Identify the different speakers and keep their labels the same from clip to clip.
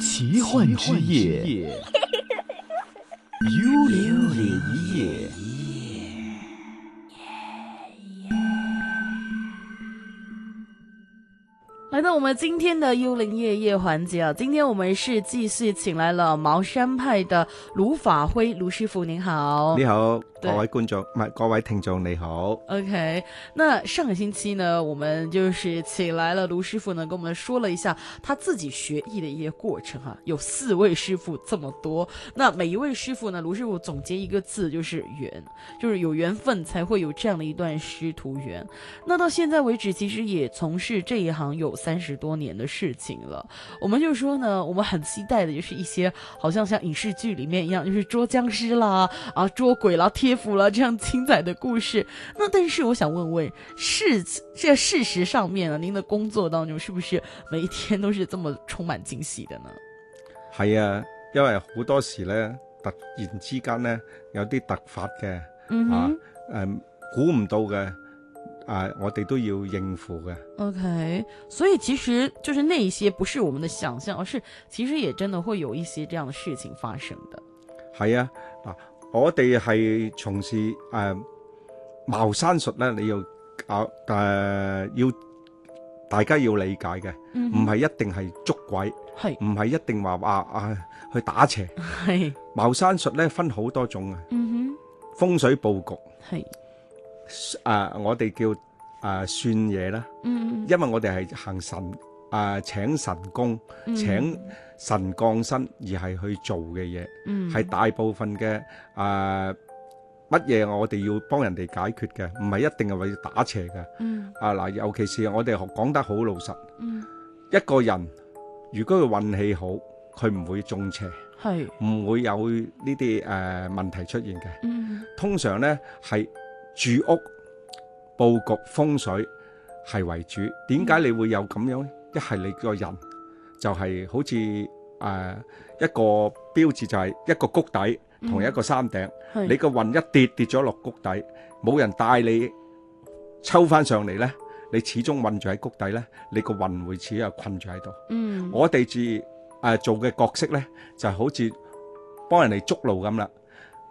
Speaker 1: 奇幻之夜，幽灵夜。
Speaker 2: 来到我们今天的幽灵夜夜环节啊，今天我们是继续请来了茅山派的卢法辉卢师傅，您好。
Speaker 3: 你好，
Speaker 2: 對
Speaker 3: 各位觀眾，唔係各位聽眾，你好。
Speaker 2: OK，那上个星期呢，我们就是请来了卢师傅呢，跟我们说了一下他自己学艺的一些过程哈、有四位师傅这么多，那每一位师傅呢，卢师傅总结一个字就是缘，就是有缘分才会有这样的一段师徒缘。那到现在为止，其实也从事这一行有三十多年的事情了。我们就说呢，我们很期待的就是一些好像像影视剧里面一样，就是捉僵尸啦、啊捉鬼啦、贴符啦这样精彩的故事。那但是我想问问，事这事实上面呢，啊您的工作当中是不是每一天都是这么充满惊喜的呢？
Speaker 3: 係啊，因為好多時咧，突然之間咧有啲突發嘅，
Speaker 2: 嗯
Speaker 3: 啊
Speaker 2: 哼、
Speaker 3: 誒估唔到嘅，啊，我哋都要應付嘅。
Speaker 2: o k 所以其实就是那一些不是我们的想象，而是其实也真的会有一些这样的事情发生的。
Speaker 3: 係啊，嗱，我哋係從事誒、呃茅山術咧，你要啊誒、呃要大家要理解嘅，
Speaker 2: 嗯
Speaker 3: 唔
Speaker 2: 哼，
Speaker 3: 係一定係捉鬼，
Speaker 2: 系
Speaker 3: 唔係一定話話啊去打邪。
Speaker 2: 系，
Speaker 3: 茅山術咧分好多種啊，
Speaker 2: 嗯
Speaker 3: 風水佈局。
Speaker 2: 哼，系，
Speaker 3: 啊，我哋叫啊算嘢啦，
Speaker 2: 嗯
Speaker 3: 因為我哋係行神啊請神功、
Speaker 2: 嗯，
Speaker 3: 請神降身而係去做嘅嘢，
Speaker 2: 嗯
Speaker 3: 係、大部分嘅啊乜嘢我哋要幫人哋解決嘅，唔係一定係為打邪嘅。
Speaker 2: 嗯
Speaker 3: 啊嗱，尤其是我哋學講得好老實，
Speaker 2: 嗯
Speaker 3: 一個人如果佢運氣好，佢唔會中邪，
Speaker 2: 系，
Speaker 3: 唔會有呢啲誒問題出現嘅。
Speaker 2: 嗯
Speaker 3: 通常呢係住屋佈局風水係為主。點解你會有咁樣呢？一係你個人就係好似誒、呃一個標誌，就係一個谷底同一個山頂。
Speaker 2: 系，
Speaker 3: 你個運一跌跌咗落谷底，冇人帶你抽翻上嚟呢，你始終困住喺谷底呢，你個運會始終係困住喺度。
Speaker 2: 嗯
Speaker 3: 我哋住誒做嘅角色咧，就好似幫人哋捉路咁啦。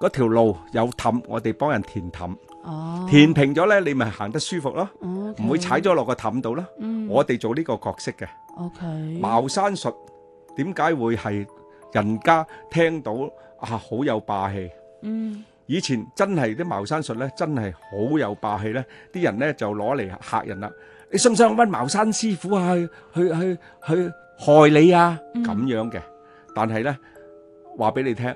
Speaker 3: 嗰條路有氹，我哋幫人填氹，
Speaker 2: 哦，
Speaker 3: 填平咗咧，你咪行得舒服咯，
Speaker 2: Ờ. OK，
Speaker 3: 唔會踩咗落個氹度咯。
Speaker 2: 嗯，
Speaker 3: 我哋做呢個角色嘅
Speaker 2: OK，
Speaker 3: 茅山術，點解會係人家聽到啊好有霸氣？
Speaker 2: 嗯
Speaker 3: 以前真係啲茅山術咧，真係好有霸氣咧，啲人咧就攞嚟嚇人啦。你信唔信我揾茅山師傅啊？去去去去害你啊！
Speaker 2: 嗯
Speaker 3: 咁樣嘅，但係咧話俾你聽，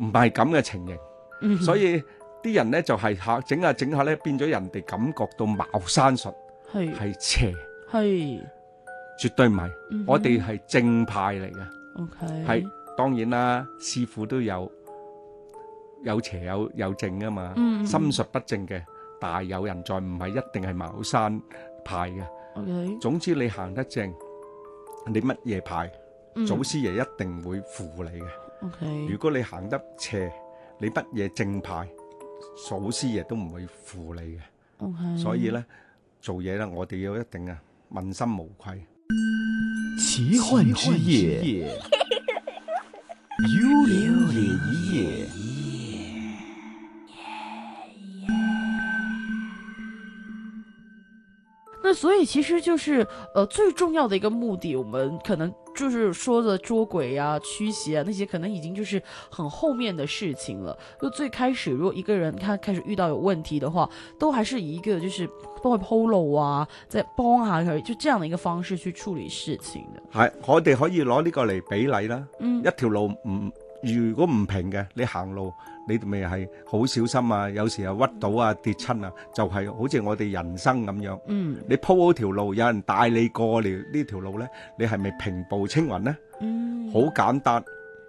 Speaker 3: 唔係咁嘅情形，
Speaker 2: 嗯，
Speaker 3: 所以啲人咧就係嚇整下整下咧，變咗人哋感覺到茅山術
Speaker 2: 系
Speaker 3: 係邪，
Speaker 2: 系，
Speaker 3: 絕對唔係。
Speaker 2: 嗯
Speaker 3: 我哋係正派嚟嘅，
Speaker 2: Ừ. OK
Speaker 3: 係當然啦，師傅都有有邪有有正噶嘛。
Speaker 2: 嗯
Speaker 3: 心術不正嘅，大有人在，唔係一定係茅山派嘅。
Speaker 2: OK
Speaker 3: 總之你行得正，你乜嘢派，
Speaker 2: 嗯
Speaker 3: 祖師爺一定會扶你嘅。如
Speaker 2: Ừ. OK
Speaker 3: 果你行得邪，你乜嘢正派，祖師爺都唔會扶你嘅。
Speaker 2: OK，
Speaker 3: 所以呢，做嘢呢，我哋要一定啊問心無愧。
Speaker 1: 奇幻之夜，幽灵夜。
Speaker 2: 那所以其实就是呃最重要的一个目的，我们可能就是说的捉鬼啊、驱邪啊那些，可能已经就是很后面的事情了。就最开始，如果一个人他开始遇到有问题的话，都还是以一个就是帮佢铺路啊，再帮下佢，就这样的一个方式去处理事情的。
Speaker 3: 係，我哋可以攞呢個嚟比例啦。
Speaker 2: 嗯
Speaker 3: 一條路唔如果唔平嘅，你行路你咪係好小心啊，有時又屈到啊跌親啊，就係、好似我哋人生咁樣。
Speaker 2: 嗯
Speaker 3: 你鋪好條路，有人帶你過嚟呢條路呢，你係咪平步青雲呢？
Speaker 2: 嗯，
Speaker 3: 好簡單，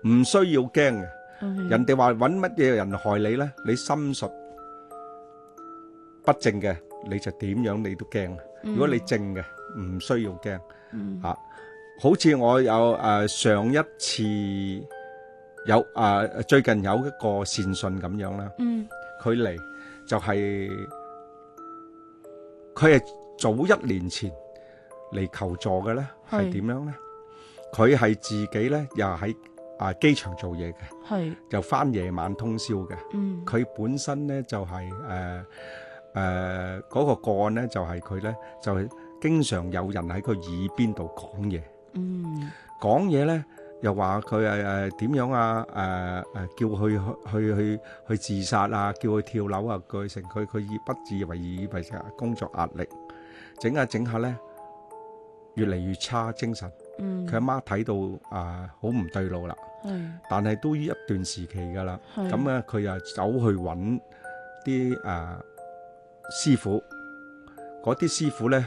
Speaker 3: 唔需要驚嘅。
Speaker 2: OK，
Speaker 3: 人哋話揾乜嘢人害你呢？你心術不正嘅，你就點樣你都驚。如果你正嘅，唔需要驚。
Speaker 2: 嗯
Speaker 3: 啊，好似我有誒、呃上一次有誒、呃最近有一個善信咁樣啦，
Speaker 2: 嗯
Speaker 3: 佢嚟就係佢係早一年前嚟求助嘅咧，
Speaker 2: 係
Speaker 3: 係點樣咧？佢係自己咧又喺啊機場做嘢嘅，
Speaker 2: 係，
Speaker 3: 就翻夜晚通宵嘅。
Speaker 2: 嗯，
Speaker 3: 佢本身咧就係誒誒嗰個個案咧，就係佢咧就係經常有人喺佢耳邊度講嘢，
Speaker 2: 嗯，
Speaker 3: 講嘢咧又話佢誒誒點樣啊誒誒、叫佢去去去去自殺啊，叫佢跳樓啊，佢成佢佢以不自為以為就係工作壓力，整下整下咧越嚟越差精神。
Speaker 2: 嗯，
Speaker 3: 佢阿媽睇到啊好唔對路啦，
Speaker 2: 係，
Speaker 3: 但係都一段時期㗎啦。
Speaker 2: 係，
Speaker 3: 咁咧佢又走去揾啲誒師傅，嗰啲師傅咧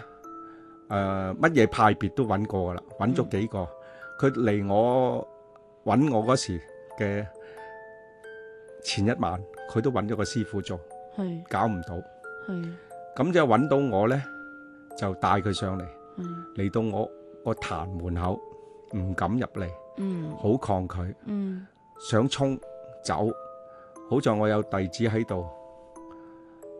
Speaker 3: 誒乜嘢派別都揾過噶啦，揾咗幾個。佢嚟我揾我嗰時嘅前一晚，佢都揾咗個師傅做，
Speaker 2: 係，
Speaker 3: 搞唔到。
Speaker 2: 係，
Speaker 3: 咁就揾到我咧，就帶佢上嚟，
Speaker 2: 係，
Speaker 3: 嚟到我個壇門口，唔敢入嚟，
Speaker 2: 嗯，
Speaker 3: 好抗拒。
Speaker 2: 嗯，
Speaker 3: 想衝走，好在我有弟子喺度，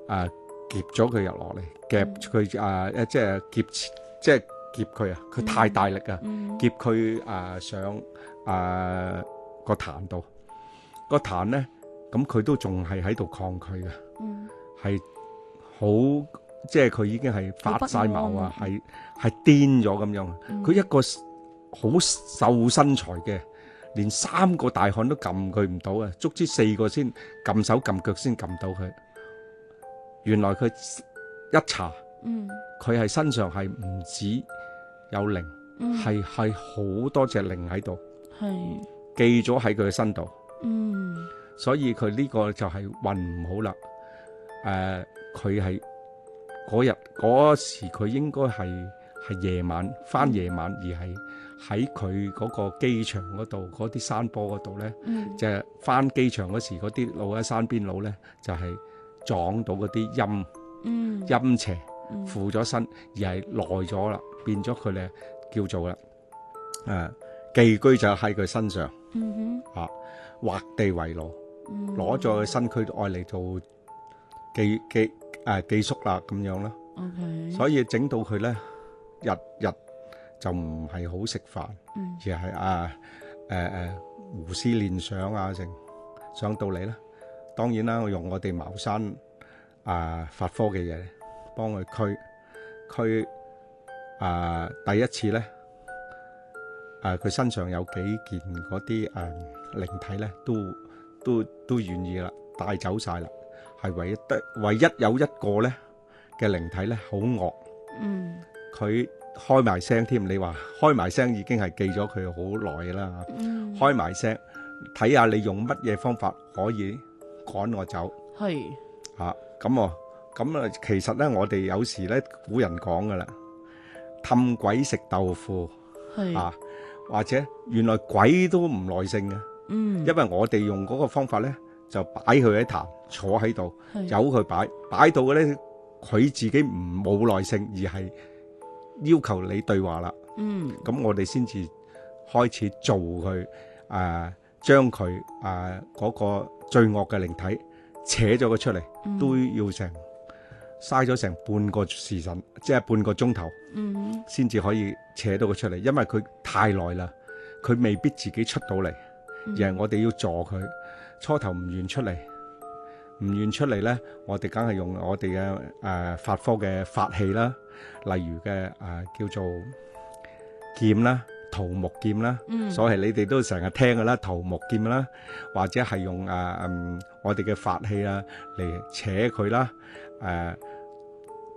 Speaker 3: 啊夾咗佢入落嚟，
Speaker 2: 嗯
Speaker 3: 夾佢啊一即係夾即係夾佢啊，佢太大力啊，
Speaker 2: 嗯，
Speaker 3: 夾佢啊上啊個壇度，個壇咧咁佢都仲係喺度抗拒嘅，
Speaker 2: 嗯，
Speaker 3: 係好即係佢已經係
Speaker 2: 好不
Speaker 3: 發晒毛啊，
Speaker 2: 安嗯
Speaker 3: 係係癲咗咁樣。啊佢一個好瘦身材嘅，連三個大漢都撳佢唔到啊！足之四個先撳手撳腳先撳到佢。原來佢一查，
Speaker 2: 嗯，
Speaker 3: 佢係身上係唔止有靈，
Speaker 2: 嗯，
Speaker 3: 係係好多隻靈喺度，
Speaker 2: 係，
Speaker 3: 記咗喺佢嘅身度，
Speaker 2: Ừ, 嗯，
Speaker 3: 所以佢呢個就係運唔好啦。誒、佢係嗰日嗰時佢應該係係夜晚翻夜晚，而係喺佢嗰個機場嗰度嗰啲山坡嗰度咧，
Speaker 2: 嗯，
Speaker 3: 就係翻機場嗰時嗰啲路喺山邊路咧，就係、撞到嗰啲陰
Speaker 2: 嗯，
Speaker 3: 陰邪
Speaker 2: 嗯，
Speaker 3: 附咗身，而係耐咗啦，變咗佢咧叫做啦誒、寄居就喺佢身上
Speaker 2: 嗯
Speaker 3: 嚇、啊畫地為牢。
Speaker 2: 哼，
Speaker 3: 攞咗佢身軀愛嚟做寄寄誒寄宿啦咁樣啦，
Speaker 2: ，OK，
Speaker 3: 所以整到佢咧日日就唔係好食飯，
Speaker 2: 嗯，
Speaker 3: 而係啊誒誒胡思亂想啊成上到嚟啦。當然啦，我用我哋茅山啊法科嘅嘢幫佢驅驅啊第一次咧。誒佢身上有幾件嗰啲誒靈體咧，都都都願意啦，帶走晒啦，係唯一得唯一有一個咧嘅靈體咧好惡，
Speaker 2: 嗯，
Speaker 3: 佢開埋聲添，你話開埋聲已經係記咗佢好耐啦，
Speaker 2: 嗯，
Speaker 3: 開埋聲睇下你用乜嘢方法可以趕我走。
Speaker 2: 係，
Speaker 3: 啊，咁啊，咁啊，其實咧，我哋有時咧，古人講噶啦，氹鬼食豆腐
Speaker 2: 係，
Speaker 3: 啊，或者原來鬼都唔耐性嘅，
Speaker 2: 嗯，
Speaker 3: 因為我哋用嗰個方法咧，就擺佢喺壇，坐喺度，
Speaker 2: 係，
Speaker 3: 由佢擺，擺到嘅咧，佢自己唔冇耐性，而係要求你對話啦，
Speaker 2: 嗯，
Speaker 3: 咁我哋先至開始做佢，誒，將佢誒嗰個罪惡嘅靈體扯咗佢出嚟。
Speaker 2: 嗯，
Speaker 3: 都要成嘥咗成半個時辰，即係半個鐘頭
Speaker 2: 嗯哼，
Speaker 3: 先至可以扯到佢出嚟，因為佢太耐啦，佢未必自己出到嚟，而係我哋要助佢。初頭唔願出嚟，唔願出嚟呢，我哋梗係用我哋嘅誒法科嘅法器啦，例如嘅誒、呃叫做劍啦、桃木劍啦。
Speaker 2: 嗯，
Speaker 3: 所謂你哋都成日聽嘅啦，桃木劍啦，或者係用啊嗯我哋嘅法器啊嚟扯佢啦，誒、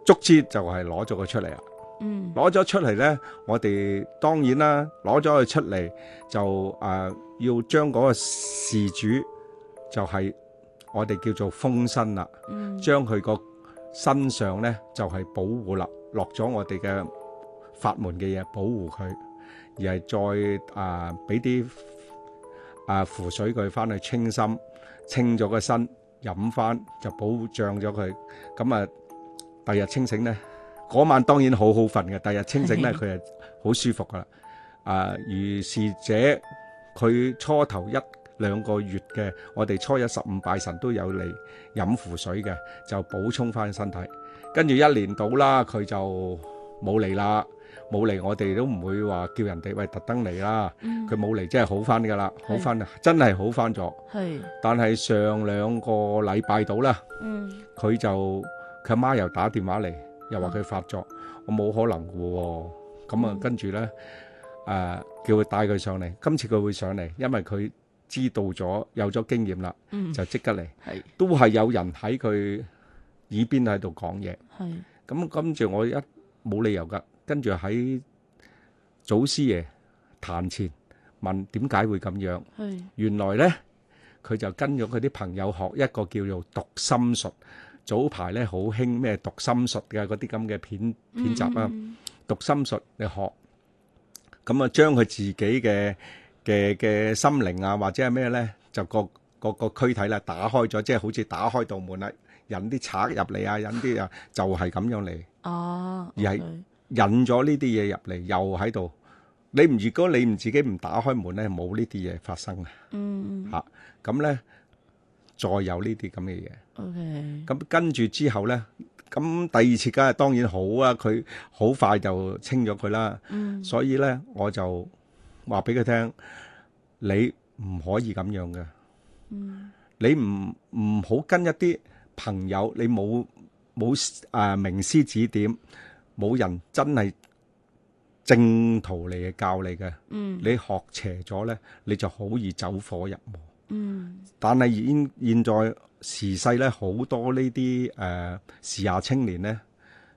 Speaker 3: 足之就係攞咗佢出嚟啊啦，
Speaker 2: 嗯，
Speaker 3: 攞咗出嚟咧，我哋當然啦，攞咗佢出嚟就誒、啊要將嗰個事主就係、我哋叫做封身啦，
Speaker 2: 嗯，
Speaker 3: 將佢個身上咧就係、保護啦，落咗我哋嘅法門嘅嘢保護佢，而係再啊俾啲啊符水佢翻去清心，清咗個身，飲翻就保障咗佢。咁啊，第日清醒咧，嗰晚當然好好瞓嘅，第日清醒咧佢係好舒服噶啦。啊，如是者佢初頭一兩個月嘅，我哋初一十五拜神都有嚟飲符水嘅，就補充翻身體。跟住一年到啦，佢就冇嚟啦，冇嚟我哋都唔會話叫人哋喂特登嚟啦。
Speaker 2: 嗯
Speaker 3: 佢冇嚟真係好翻㗎啦，
Speaker 2: 係
Speaker 3: 好翻真係好翻咗。
Speaker 2: 係
Speaker 3: 但係上兩個禮拜到啦，
Speaker 2: 嗯
Speaker 3: 佢就佢阿媽又打電話嚟，又話佢發作，我冇可能嘅喎。咁啊
Speaker 2: 嗯，
Speaker 3: 跟住呢，誒、叫佢帶佢上嚟。今次佢會上嚟，因為佢知道咗有咗經驗啦，
Speaker 2: 嗯
Speaker 3: 就即刻嚟。
Speaker 2: 係
Speaker 3: 都係有人喺佢耳邊喺度講嘢。
Speaker 2: 係
Speaker 3: 咁跟住我一冇理由噶，跟住喺祖師爺壇前問點解會咁樣。
Speaker 2: 係
Speaker 3: 原來呢，佢就跟咗佢啲朋友學一個叫做讀心術。早排呢，好興咩讀心術嘅嗰啲咁嘅片
Speaker 2: Ừ,
Speaker 3: 片集啊，
Speaker 2: 嗯
Speaker 3: 讀心術你學，咁啊將佢自己嘅嘅嘅心靈啊，或者係咩呢，就個個個軀體啦打開咗，即係好似打開道門啦，引啲賊入嚟啊，引啲啊，就係咁樣嚟。
Speaker 2: 啊，
Speaker 3: 而係
Speaker 2: à, OK
Speaker 3: 引咗呢啲嘢入嚟，又喺度。你唔如果你唔自己唔打開門咧，冇呢啲嘢發生嘅。
Speaker 2: 嗯嗯
Speaker 3: 嚇咁咧，再有呢啲咁嘅嘢。
Speaker 2: OK
Speaker 3: 咁跟住之後咧，咁第二次梗係當然好啊，佢好快就清咗佢啦。
Speaker 2: 嗯
Speaker 3: 所以咧，我就話俾佢聽，你唔可以咁樣嘅。
Speaker 2: 嗯
Speaker 3: 你唔唔好跟一啲朋友，你冇冇誒名師指點，冇人真係正途嚟嘅教你嘅，
Speaker 2: 嗯
Speaker 3: 你學邪咗咧，你就好易走火入魔。
Speaker 2: ừ, 嗯
Speaker 3: 但係現現在時勢咧，好多呢啲誒時下青年咧，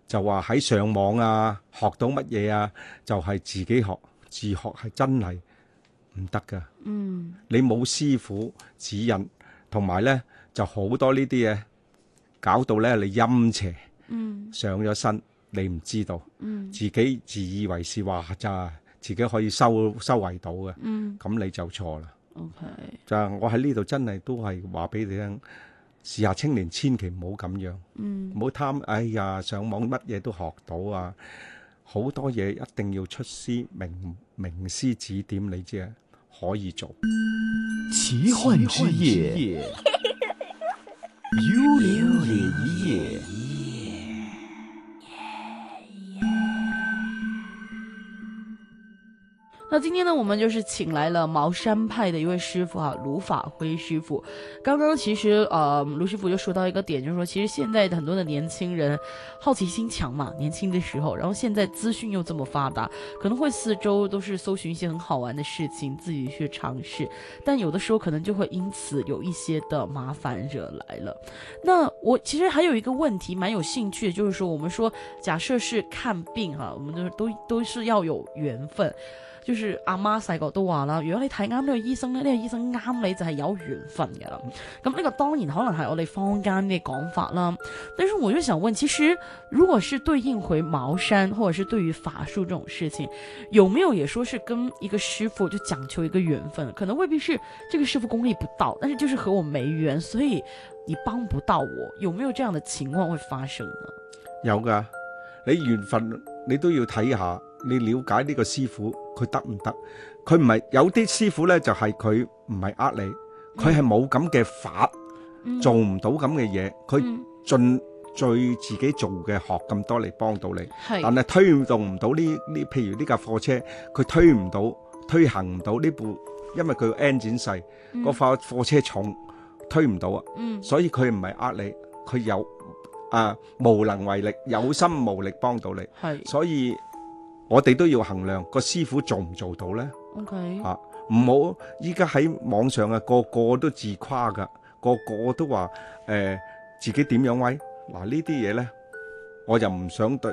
Speaker 3: 就話喺上網啊，學到乜嘢啊，就係、自己學，自學係真係唔得㗎。
Speaker 2: 嗯
Speaker 3: 你冇師傅指引，同埋咧就好多呢啲嘢，搞到咧你陰邪
Speaker 2: 嗯
Speaker 3: 上咗身，你唔知道，
Speaker 2: 嗯
Speaker 3: 自己自以為是話咋，自己可以收收圍到嘅，
Speaker 2: 嗯
Speaker 3: 咁你就錯啦。
Speaker 2: OK
Speaker 3: 就係我喺呢度真係都係話俾你聽，時下青年千祈唔好咁樣，
Speaker 2: 嗯
Speaker 3: 唔好貪，哎呀上網乜嘢都學到啊，好多嘢一定要出師名名師指點你知啊，可以做。
Speaker 1: 奇幻之夜，幽灵夜。
Speaker 2: 那今天呢，我们就是请来了茅山派的一位师傅哈、卢法辉师傅。刚刚其实呃，卢师傅就说到一个点，就是说其实现在的很多的年轻人好奇心强嘛，年轻的时候，然后现在资讯又这么发达，可能会四周都是搜寻一些很好玩的事情，自己去尝试，但有的时候可能就会因此有一些的麻烦惹来了。那我其实还有一个问题蛮有兴趣的，就是说我们说假设是看病哈、我们都都都是要有缘分。就是阿媽細個都話啦，如果你睇啱呢個醫生咧，呢、個醫生啱你就係有緣分㗎啦。咁呢個當然可能係我哋坊間嘅講法啦。但是我就想問，其實如果是對應回茅山，或者是對於法術這種事情，有沒有也說是跟一個師傅就講求一個緣分？可能未必是這個師傅功力不到，但是就是和我沒緣，所以你幫不到我，有沒有這樣的情況會發生呢？
Speaker 3: 有噶，你緣分你都要睇下，你了解呢個師傅佢得唔得？佢唔係有啲師傅呢，就係佢唔係呃你，佢係冇咁嘅法，
Speaker 2: 嗯
Speaker 3: 做唔到咁嘅嘢，佢
Speaker 2: 嗯
Speaker 3: 盡最自己做嘅學咁多嚟幫到你，但
Speaker 2: 係
Speaker 3: 係推動唔到呢呢，譬如呢架貨車，佢推唔到，推行唔到呢部，因為佢個 engine 細，
Speaker 2: 嗯
Speaker 3: 個貨貨車重，推唔到啊。
Speaker 2: 嗯
Speaker 3: 所以佢唔係呃你，佢有啊無能為力，有心無力幫到你。
Speaker 2: 係
Speaker 3: 所以我哋都要衡量個師傅做唔做到呢？
Speaker 2: OK
Speaker 3: 啊，唔好依家喺網上啊，個個都自誇噶，個個都話誒、呃自己點樣威。嗱呢啲嘢呢，我就唔想對，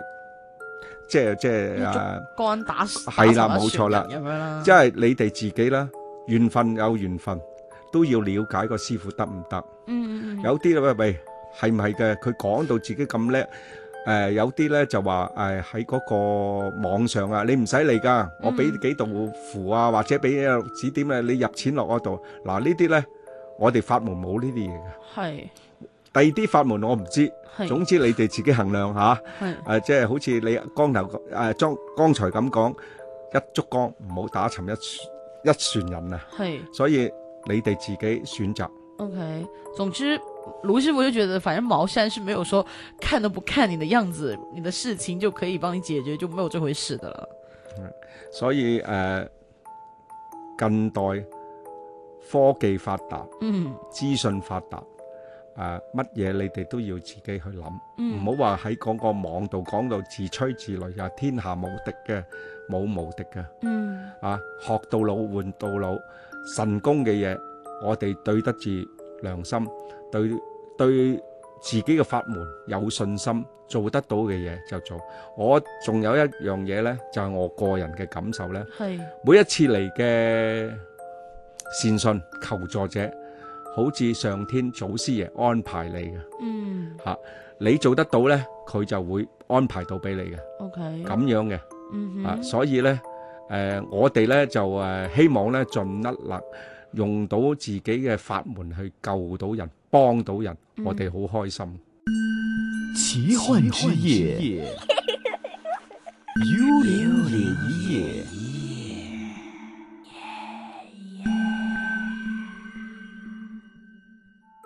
Speaker 3: 即係即係
Speaker 2: 要捉
Speaker 3: 啊，
Speaker 2: 干打
Speaker 3: 係啦冇錯啦
Speaker 2: 咁樣啦，
Speaker 3: 即係你哋自己啦，緣分有緣分，都要了解個師傅得唔得。
Speaker 2: 嗯嗯嗯
Speaker 3: 有啲喂喂係唔係嘅？佢講到自己咁叻，誒、有啲咧就話誒喺嗰個網上啊，你唔使嚟㗎，我俾
Speaker 2: 嗯
Speaker 3: 幾道符啊，或者俾啊指點啊，你入錢落我度。嗱呢啲咧，我哋法門冇呢啲嘢嘅。
Speaker 2: 係
Speaker 3: 第二啲法門我唔知，
Speaker 2: 係
Speaker 3: 總之你哋自己衡量下。
Speaker 2: 係
Speaker 3: 誒、啊即係好似你剛頭誒剛剛才咁講，一竹竿唔好打沉一船一船人啊！
Speaker 2: 係
Speaker 3: 所以你哋自己選擇。
Speaker 2: OK。總之卢师傅就觉得，反正茅山是没有说看都不看你的样子，你的事情就可以帮你解决，就没有这回事的了。
Speaker 3: 所以誒、呃近代科技發達、
Speaker 2: 嗯
Speaker 3: 資訊發達，誒乜嘢你哋都要自己去諗，唔
Speaker 2: 嗯，
Speaker 3: 好話喺嗰個網度講到自吹自擂啊，天下無敵嘅，冇無敵嘅，
Speaker 2: 嗯
Speaker 3: 啊學到老換到老，神功嘅嘢我哋對得住良心，對對自己嘅法門有信心，做得到嘅嘢就做。我仲有一樣嘢呢，就係、我個人嘅感受呢。
Speaker 2: 係
Speaker 3: 每一次嚟嘅善信求助者，好似上天祖師爺安排你嘅，
Speaker 2: 嗯
Speaker 3: 你做得到呢，佢就會安排到俾你嘅，
Speaker 2: ，OK，
Speaker 3: 咁樣嘅
Speaker 2: 嗯
Speaker 3: 啊，
Speaker 2: 哼，
Speaker 3: 所以呢，誒、我哋呢就誒、希望呢盡一能用到自己嘅法門去救到人，幫到人，
Speaker 2: 嗯
Speaker 3: 我哋好開心。
Speaker 1: 奇幻之夜，幽灵夜。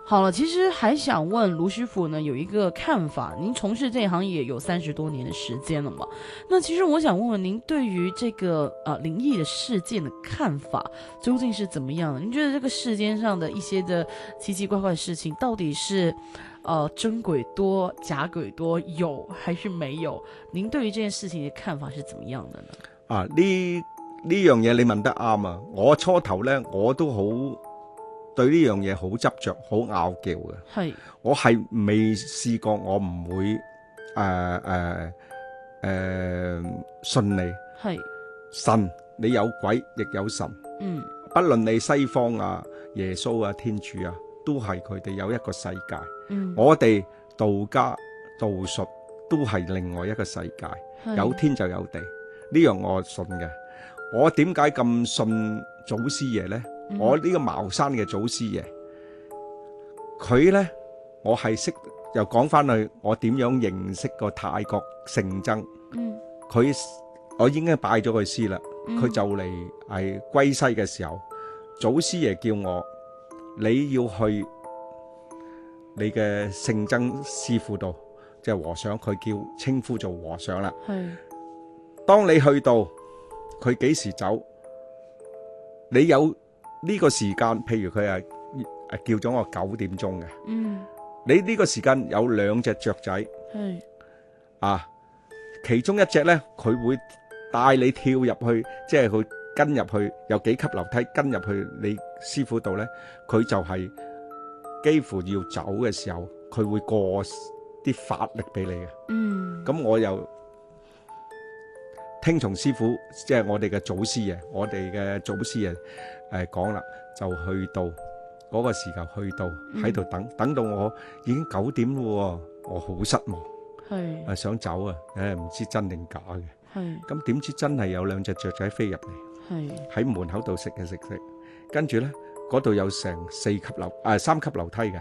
Speaker 2: 好了，其实还想问卢师傅呢，有一个看法。您从事这一行也有三十多年的时间了嘛？那其实我想问问您对于这个呃灵异的事件的看法究竟是怎么样的？您觉得这个世间上的一些的奇奇怪怪的事情，到底是呃真鬼多、假鬼多，有还是没有？您对于这件事情的看法是怎么样的呢？
Speaker 3: 啊，呢呢樣嘢你問得啱啊！我初頭呢，我都好對呢樣嘢好執着，好拗撬嘅。
Speaker 2: 嗨，
Speaker 3: 我係未試過，我唔會誒誒誒呃信你
Speaker 2: 嗨，
Speaker 3: 神，你有鬼亦有神，
Speaker 2: 嗯
Speaker 3: 不論你西方啊、耶穌啊、天主啊，都係佢哋有一個世界。
Speaker 2: 嗯，
Speaker 3: 我哋道家道術都係另外一個世界。
Speaker 2: 嗨
Speaker 3: 有天就有地，呢樣我信嘅。我點解咁信祖師爺呢？
Speaker 2: 嗯
Speaker 3: 我呢個茅山嘅祖師爺，佢呢，我係識又講翻去，我點樣認識個泰國聖僧？
Speaker 2: 嗯
Speaker 3: 佢我已經拜咗佢師啦，
Speaker 2: 嗯
Speaker 3: 佢就嚟係歸西嘅時候，祖師爺叫我你要去你嘅聖僧師傅度，即係和尚，佢叫稱呼做和尚啦。
Speaker 2: 嗨
Speaker 3: 當你去到，佢幾時走？你有呢個時間，譬如佢係呃叫咗我九點鐘嘅，
Speaker 2: 嗯
Speaker 3: 你呢個時間有兩隻雀仔
Speaker 2: 嗨
Speaker 3: 啊，其中一隻呢，佢會帶你跳入去，即係佢跟入去，有幾級樓梯跟入去你師傅度呢，佢就係幾乎要走嘅時候，佢會過啲法力俾你嘅。
Speaker 2: 嗯
Speaker 3: 咁我又聽從師傅，即係我哋嘅祖師爺，我哋嘅祖師爺誒講啦，就去到嗰個時候去到喺度等，等到我已經九點咯喎，我好失望，
Speaker 2: 嗨
Speaker 3: 啊想走啊，誒唔知真定假嘅，
Speaker 2: 嗨
Speaker 3: 咁點知真係有兩隻雀仔飛入嚟。
Speaker 2: 嗨。
Speaker 3: 喺門口度食嘅食食，跟住呢，嗰度有成四級樓啊三級樓梯嘅，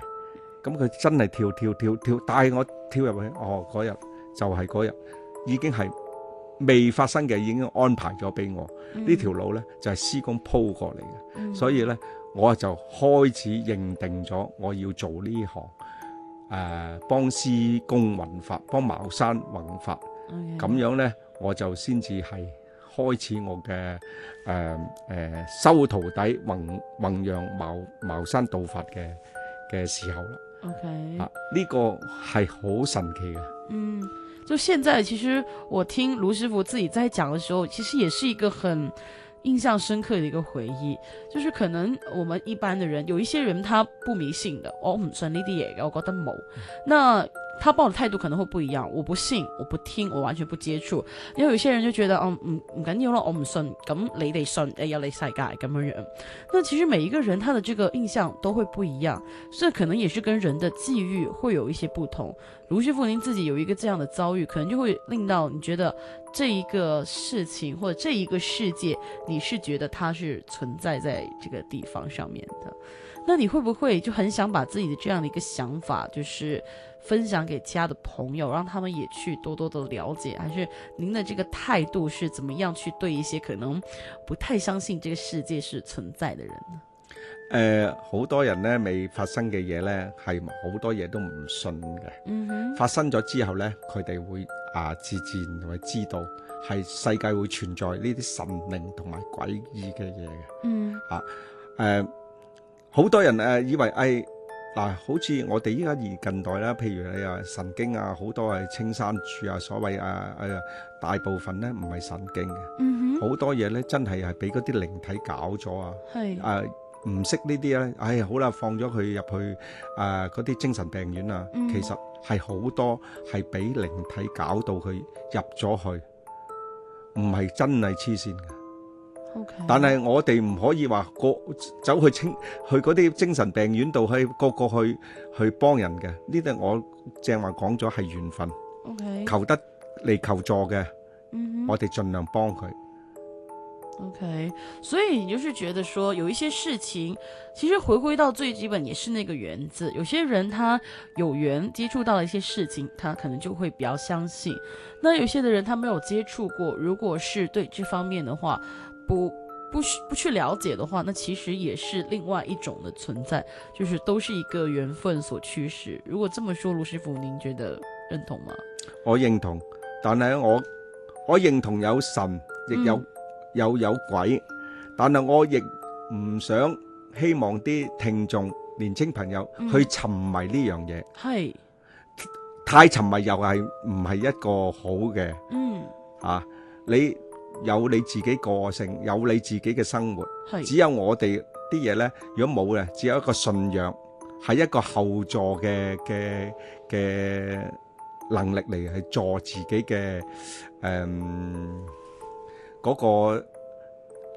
Speaker 3: 咁佢真係跳跳跳跳帶我跳入去，哦嗰日就係嗰日，已經係未發生嘅已經安排咗俾我，呢條路呢，就係施工鋪過嚟嘅，
Speaker 2: 嗯
Speaker 3: 所以呢，我就開始認定咗我要做呢行。誒、幫施工弘法，幫茅山弘法，
Speaker 2: OK
Speaker 3: 咁樣呢，我就先至係開始我嘅誒誒收徒弟弘弘揚茅茅山道法嘅嘅時候啦。
Speaker 2: OK，
Speaker 3: 啊，呢、個係好神奇嘅。
Speaker 2: 嗯，就现在，其实我听卢师傅自己在讲的时候，其实也是一个很印象深刻的一个回忆。就是可能我们一般的人，有一些人他不迷信的，哦我唔信呢啲嘢嘅，我覺得冇。那他抱的態度可能會不一樣，我不信，我不聽，我完全不接觸。因為有些人就覺得，哦，唔唔緊要咯，我唔信，咁你哋信，誒有你世界咁樣樣。那其實每一個人他的這個印象都會不一樣，這可能也是跟人的际遇會有一些不同。卢师傅，您自己有一个这样的遭遇，可能就会令到你觉得这一个事情或者这一个世界，你是觉得它是存在在这个地方上面的。那你会不会就很想把自己的这样的一个想法，就是分享给其他的朋友，让他们也去多多的了解？还是您的这个态度是怎么样去对一些可能不太相信这个世界是存在的人呢？
Speaker 3: 誒、诶，呃好、多人咧未發生嘅嘢咧，係好多嘢都唔信嘅。
Speaker 2: 嗯哼，
Speaker 3: 發生咗之後咧，佢哋會啊自自然會知道係世界會存在呢啲神靈同埋詭異嘅嘢嘅。
Speaker 2: 嗯
Speaker 3: 诶、呃好多人诶、呃以為诶嗱、好似我哋依家而近代啦，譬如你話神經啊，好多係青山柱啊，所謂啊诶、大部分咧唔係神經嘅，
Speaker 2: 嗯
Speaker 3: 好多嘢咧真係係俾嗰啲靈體搞咗啊。
Speaker 2: 哼，係
Speaker 3: 啊唔識呢啲咧，唉、好啦，放咗佢入去啊嗰啲精神病院啊，
Speaker 2: 嗯
Speaker 3: 其實係好多係俾靈體搞到佢入咗去，唔係真係黐線嘅。
Speaker 2: ，OK，
Speaker 3: 但係我哋唔可以話個走去清去嗰啲精神病院度去個個去去幫人嘅，呢啲我正話講咗係緣分，
Speaker 2: OK，
Speaker 3: 求得嚟求助嘅，
Speaker 2: 嗯哼
Speaker 3: 我哋盡量幫佢。
Speaker 2: OK，所以你就是觉得说，有一些事情，其实回归到最基本也是那个缘字。有些人他有缘接触到了一些事情，他可能就会比较相信；那有些的人他没有接触过，如果是对这方面的话，不不去不去了解的话，那其实也是另外一种的存在，就是都是一个缘分所驱使。如果这么说，卢师傅，您觉得认同吗？
Speaker 3: 我認同，但係我我認同有神，亦有、
Speaker 2: 嗯
Speaker 3: 有有鬼，但係我亦唔想希望啲聽眾年青朋友
Speaker 2: 嗯
Speaker 3: 去沉迷呢樣嘢，
Speaker 2: 嗨，
Speaker 3: 太沉迷又係唔係一個好嘅
Speaker 2: 嗯，
Speaker 3: 啊？你有你自己個性，有你自己嘅生活，
Speaker 2: 嗨，
Speaker 3: 只有我哋啲嘢呢，如果冇咧，只有一個信仰，係一個後助嘅嘅嘅能力嚟，係助自己嘅誒嗰個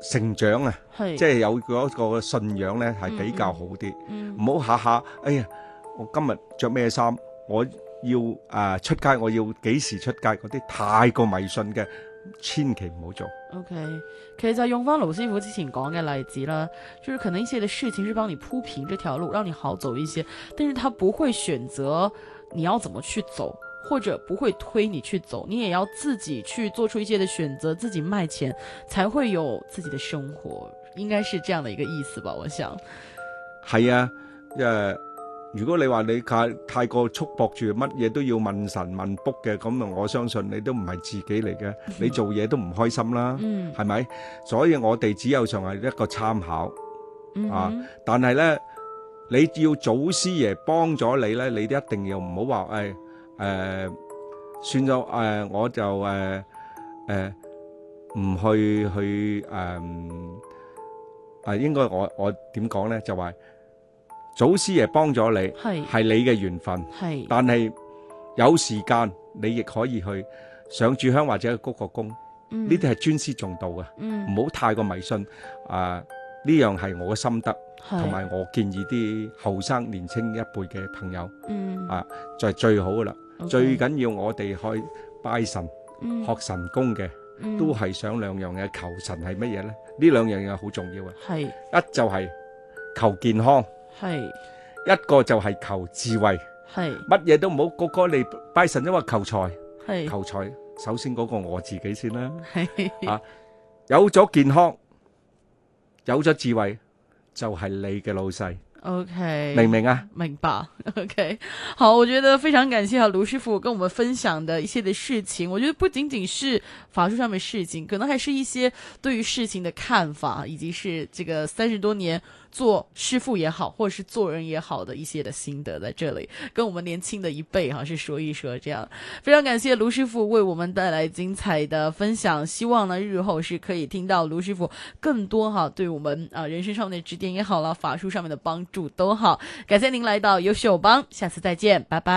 Speaker 3: 成長啊，
Speaker 2: 嗨，
Speaker 3: 即係有嗰個信仰呢，係比較好啲，
Speaker 2: 嗯
Speaker 3: 唔好下下哎呀，我今日着咩衫，我要啊、出街，我要幾時出街嗰啲太過迷信嘅，千祈唔好做。
Speaker 2: OK，其實就用翻盧師傅之前講嘅例子啦，就是可能一些的事情是幫你鋪平這條路，讓你好走一些，但是他不會選擇你要怎麼去走，或者不會推你去走，你也要自己去做出一些的選擇，自己迈前，才會有自己的生活，應該是這樣的一個意思吧？我想，
Speaker 3: 係啊，誒、如果你話你太太過束縛住乜嘢都要問神問卜嘅，咁啊，我相信你都唔係自己嚟嘅，你做嘢都唔開心啦，
Speaker 2: 嗯
Speaker 3: 係咪？所以我哋只有上係一個參考，
Speaker 2: 嗯
Speaker 3: 啊
Speaker 2: 哼
Speaker 3: 但係呢，你要祖師爺幫咗你呢，你一定要唔好話誒誒，算咗誒、我就誒誒唔去去誒。啊，應該我我點講呢？就話祖師爺幫咗你，
Speaker 2: 係
Speaker 3: 係你嘅緣分。
Speaker 2: 係
Speaker 3: 但係有時間，你亦可以去上柱香或者去鞠個躬，呢
Speaker 2: 呢
Speaker 3: 啲係尊師重道嘅，
Speaker 2: 嗯
Speaker 3: 唔好太過迷信。啊，呢樣係我嘅心得，
Speaker 2: 係
Speaker 3: 同埋我建議啲後生年青一輩嘅朋友
Speaker 2: 嗯
Speaker 3: 啊就係最好噶啦。
Speaker 2: OK，
Speaker 3: 最緊要我哋去拜神、
Speaker 2: 嗯
Speaker 3: 學神功嘅，
Speaker 2: 嗯
Speaker 3: 都係想兩樣嘢求神係乜嘢呢？呢兩樣嘢好重要啊！
Speaker 2: 係
Speaker 3: 一就係求健康，
Speaker 2: 係
Speaker 3: 一個就係求智慧，
Speaker 2: 係
Speaker 3: 乜嘢都唔好，個個你拜神因為求財，
Speaker 2: 係
Speaker 3: 求財首先嗰個我自己先啦，
Speaker 2: 係
Speaker 3: 有咗健康，有咗智慧，就係你嘅老細，
Speaker 2: OK
Speaker 3: 明唔明啊？
Speaker 2: 明白，OK，好，我觉得非常感谢啊卢师傅跟我们分享的一些的事情。我觉得不仅仅是法术上面的事情，可能还是一些对于事情的看法，以及是这个三十多年做师傅也好，或者是做人也好的一些的心得，在这里跟我们年轻的一辈哈、是说一说这样。非常感谢卢师傅为我们带来精彩的分享，希望呢日后是可以听到卢师傅更多哈、对我们啊、人生上面的指点也好了，法术上面的帮助都好。感谢您来到优秀帮，下次再见，拜拜。